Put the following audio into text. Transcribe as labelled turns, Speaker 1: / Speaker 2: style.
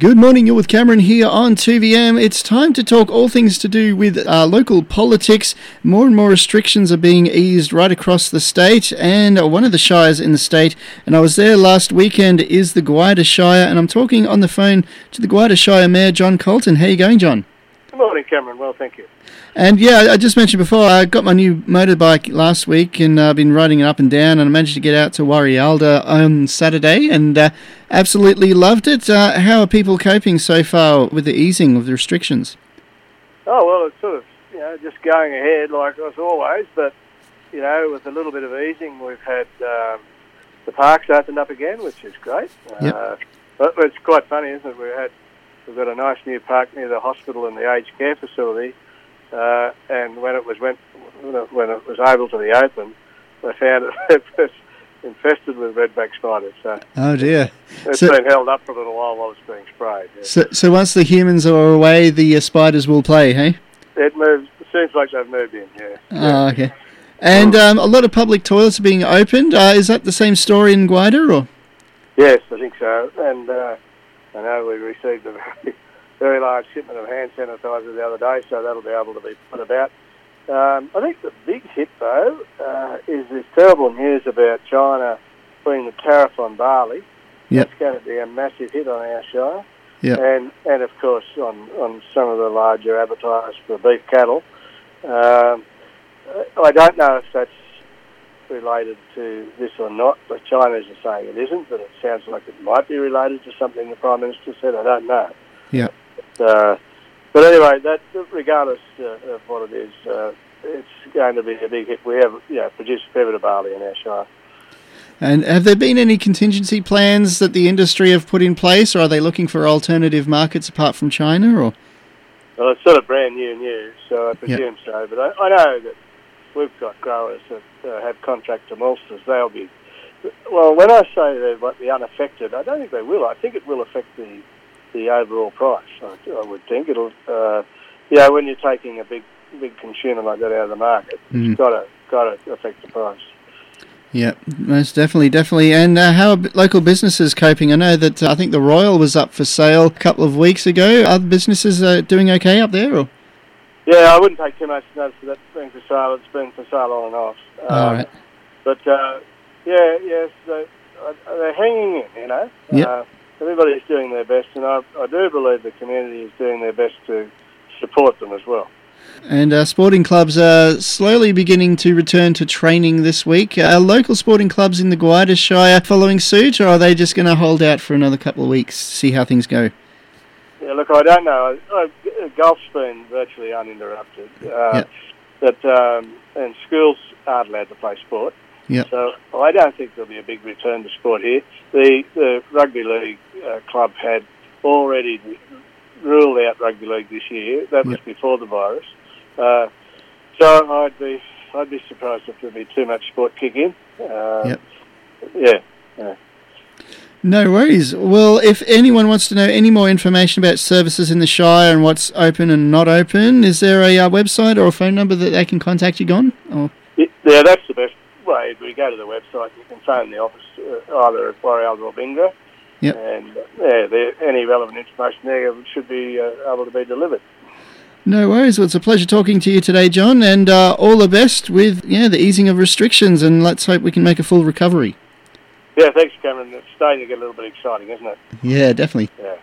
Speaker 1: Good morning, you're with Cameron here on 2VM. It's time to talk all things to do with uh, local politics. More and more restrictions are being eased right across the state and uh, one of the shires in the state. And I was there last weekend is the Gwider Shire, and I'm talking on the phone to the Gwider Shire Mayor, John Colton. How you going, John?
Speaker 2: Good morning, Cameron. Well, thank you.
Speaker 1: And yeah, I- I just mentioned before, I got my new motorbike last week and I've been riding it up and down, and I managed to get out to Warrialda on Saturday and uh, absolutely loved it. Uh, how are people coping so far with the easing of the restrictions?
Speaker 2: Oh well, it's sort of you know just going ahead like as always, but you know with a little bit of easing, we've had um, the parks opened up again, which is great.
Speaker 1: Yep.
Speaker 2: Uh, but it's quite funny, isn't it? We had we've got a nice new park near the hospital and the aged care facility, uh, and when it was went when it, when it was able to be open, they found it was infested with redback spiders. So
Speaker 1: Oh dear.
Speaker 2: it's
Speaker 1: So-
Speaker 2: been held up for a little while while it's being sprayed. yeah.
Speaker 1: So, so once the humans are away, the uh, spiders will play, hey?
Speaker 2: It moves. It seems like they've moved in. Yeah.
Speaker 1: Oh, okay. And um, a lot of public toilets are being opened. Uh, is that the same story in Gwider? Or?
Speaker 2: Yes, I think so. And uh, I know we received a very, very large shipment of hand sanitizer the other day, so that'll be able to be put about. Um, I think the big hit, though, uh, is this terrible news about China putting the tariff on barley.
Speaker 1: Yep.
Speaker 2: That's going to be a massive hit on our shire.
Speaker 1: Yep.
Speaker 2: And, and of course, on, on some of the larger abattoirs for beef cattle. Um, I don't know if that's related to this or not, but China's are saying it isn't, but it sounds like it might be related to something the Prime Minister said. I don't know.
Speaker 1: Yeah.
Speaker 2: But, uh, but anyway, that regardless uh, of what it is, uh, it's going to be a big hit. We have you know, produced a fair bit of barley in our shire.
Speaker 1: And have there been any contingency plans that the industry have put in place, or are they looking for alternative markets apart from China? Or
Speaker 2: Well, it's sort of brand new news, so I presume so. But I, I know that we've got growers that uh, have contract to maltsters. They'll be well. When I say they might be unaffected, I don't think they will. I think it will affect the the overall price. I, I would think it'll. Uh, yeah, when you're taking a big big consumer like that out of the market,
Speaker 1: Mm.
Speaker 2: it's got to got to affect the price.
Speaker 1: yeah, most definitely, definitely. And uh, how are b- local businesses coping? I know that uh, I think the Royal was up for sale a couple of weeks ago. Are the businesses uh, doing okay up there? Or
Speaker 2: Yeah, I wouldn't take too much notice of that being for sale. It's been for sale on and off.
Speaker 1: all
Speaker 2: Um,
Speaker 1: right,
Speaker 2: But uh, yeah, yes, they, uh, they're hanging in. You know,
Speaker 1: Yep.
Speaker 2: uh, everybody's doing their best, and I, I do believe the community is doing their best to support them as well.
Speaker 1: and uh, sporting clubs are slowly beginning to return to training this week. Uh, Are local sporting clubs in the Gwider Shire following suit, or are they just going to hold out for another couple of weeks, see how things go?
Speaker 2: Yeah, look, I don't know. I, I, golf's been virtually uninterrupted, uh,
Speaker 1: Yep.
Speaker 2: but um, and schools aren't allowed to play sport.
Speaker 1: Yep.
Speaker 2: So I don't think there'll be a big return to sport here. The the rugby league uh, club had already ruled out rugby league this year. That was before the virus. Uh, so I'd be I'd be surprised if there'd be too much sport kick in. Uh,
Speaker 1: Yep.
Speaker 2: Yeah.
Speaker 1: No worries. Well, if anyone wants to know any more information about services in the Shire and what's open and not open, is there a uh, website or a phone number that they can contact you on? Or
Speaker 2: Y- Yeah, that's the best way. If we go to the website, you can phone the office uh, either at Warrialda or Bingra.
Speaker 1: Yep.
Speaker 2: And uh, yeah, there, any relevant information there should be uh, able to be delivered.
Speaker 1: no worries. Well, it's a pleasure talking to you today, John, and uh, all the best with yeah the easing of restrictions, and let's hope we can make a full recovery.
Speaker 2: Yeah, thanks, Cameron. It's starting to get a little bit exciting, isn't it?
Speaker 1: Yeah, definitely.
Speaker 2: Yeah.